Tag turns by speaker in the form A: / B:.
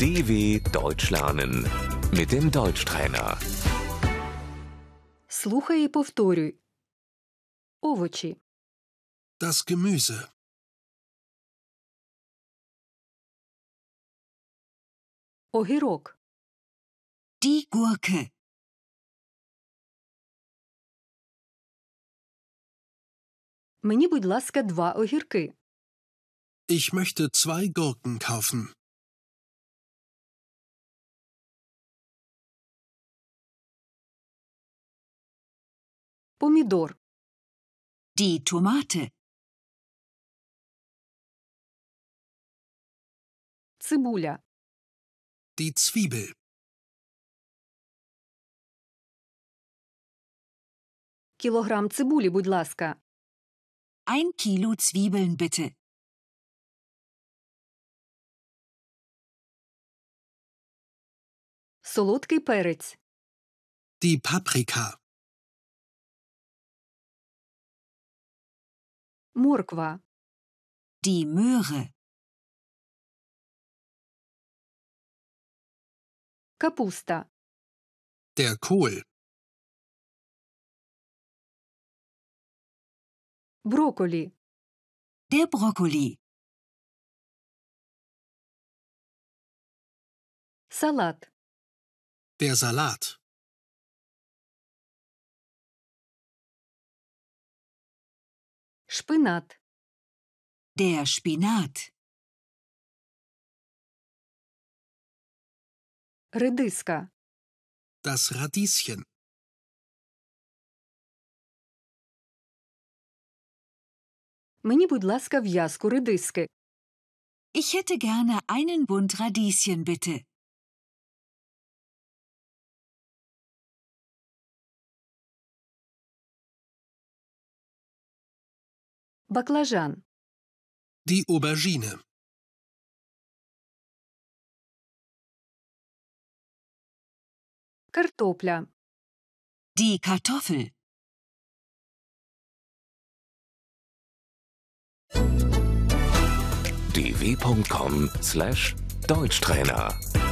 A: DW Deutsch lernen mit dem Deutschtrainer.
B: Слухай і повторюй. Овочі,
C: Das Gemüse.
B: огірок,
D: Die Gurke.
B: мені, будь ласка, два огірки,
C: Ich möchte zwei Gurken kaufen.
B: помідор,
D: Die Tomate.
B: цибуля,
C: Die Zwiebel.
B: кілограм цибулі, будь ласка,
D: Ein Kilo Zwiebeln bitte.
B: солодкий перець,
C: Die Paprika.
B: морква,
D: Die Möhre.
B: капуста,
C: Der Kohl.
B: броколі,
D: Der Brokkoli.
B: салат,
C: Der Salat.
B: шпинат,
D: Der Spinat.
B: редиска,
C: Das Radieschen.
B: мені, будь ласка, в'язку редиски,
D: Ich hätte gerne einen Bund Radieschen bitte.
B: баклажан,
C: Die Aubergine.
B: картопля,
D: Die Kartoffel.
A: dw.com/deutschtrainer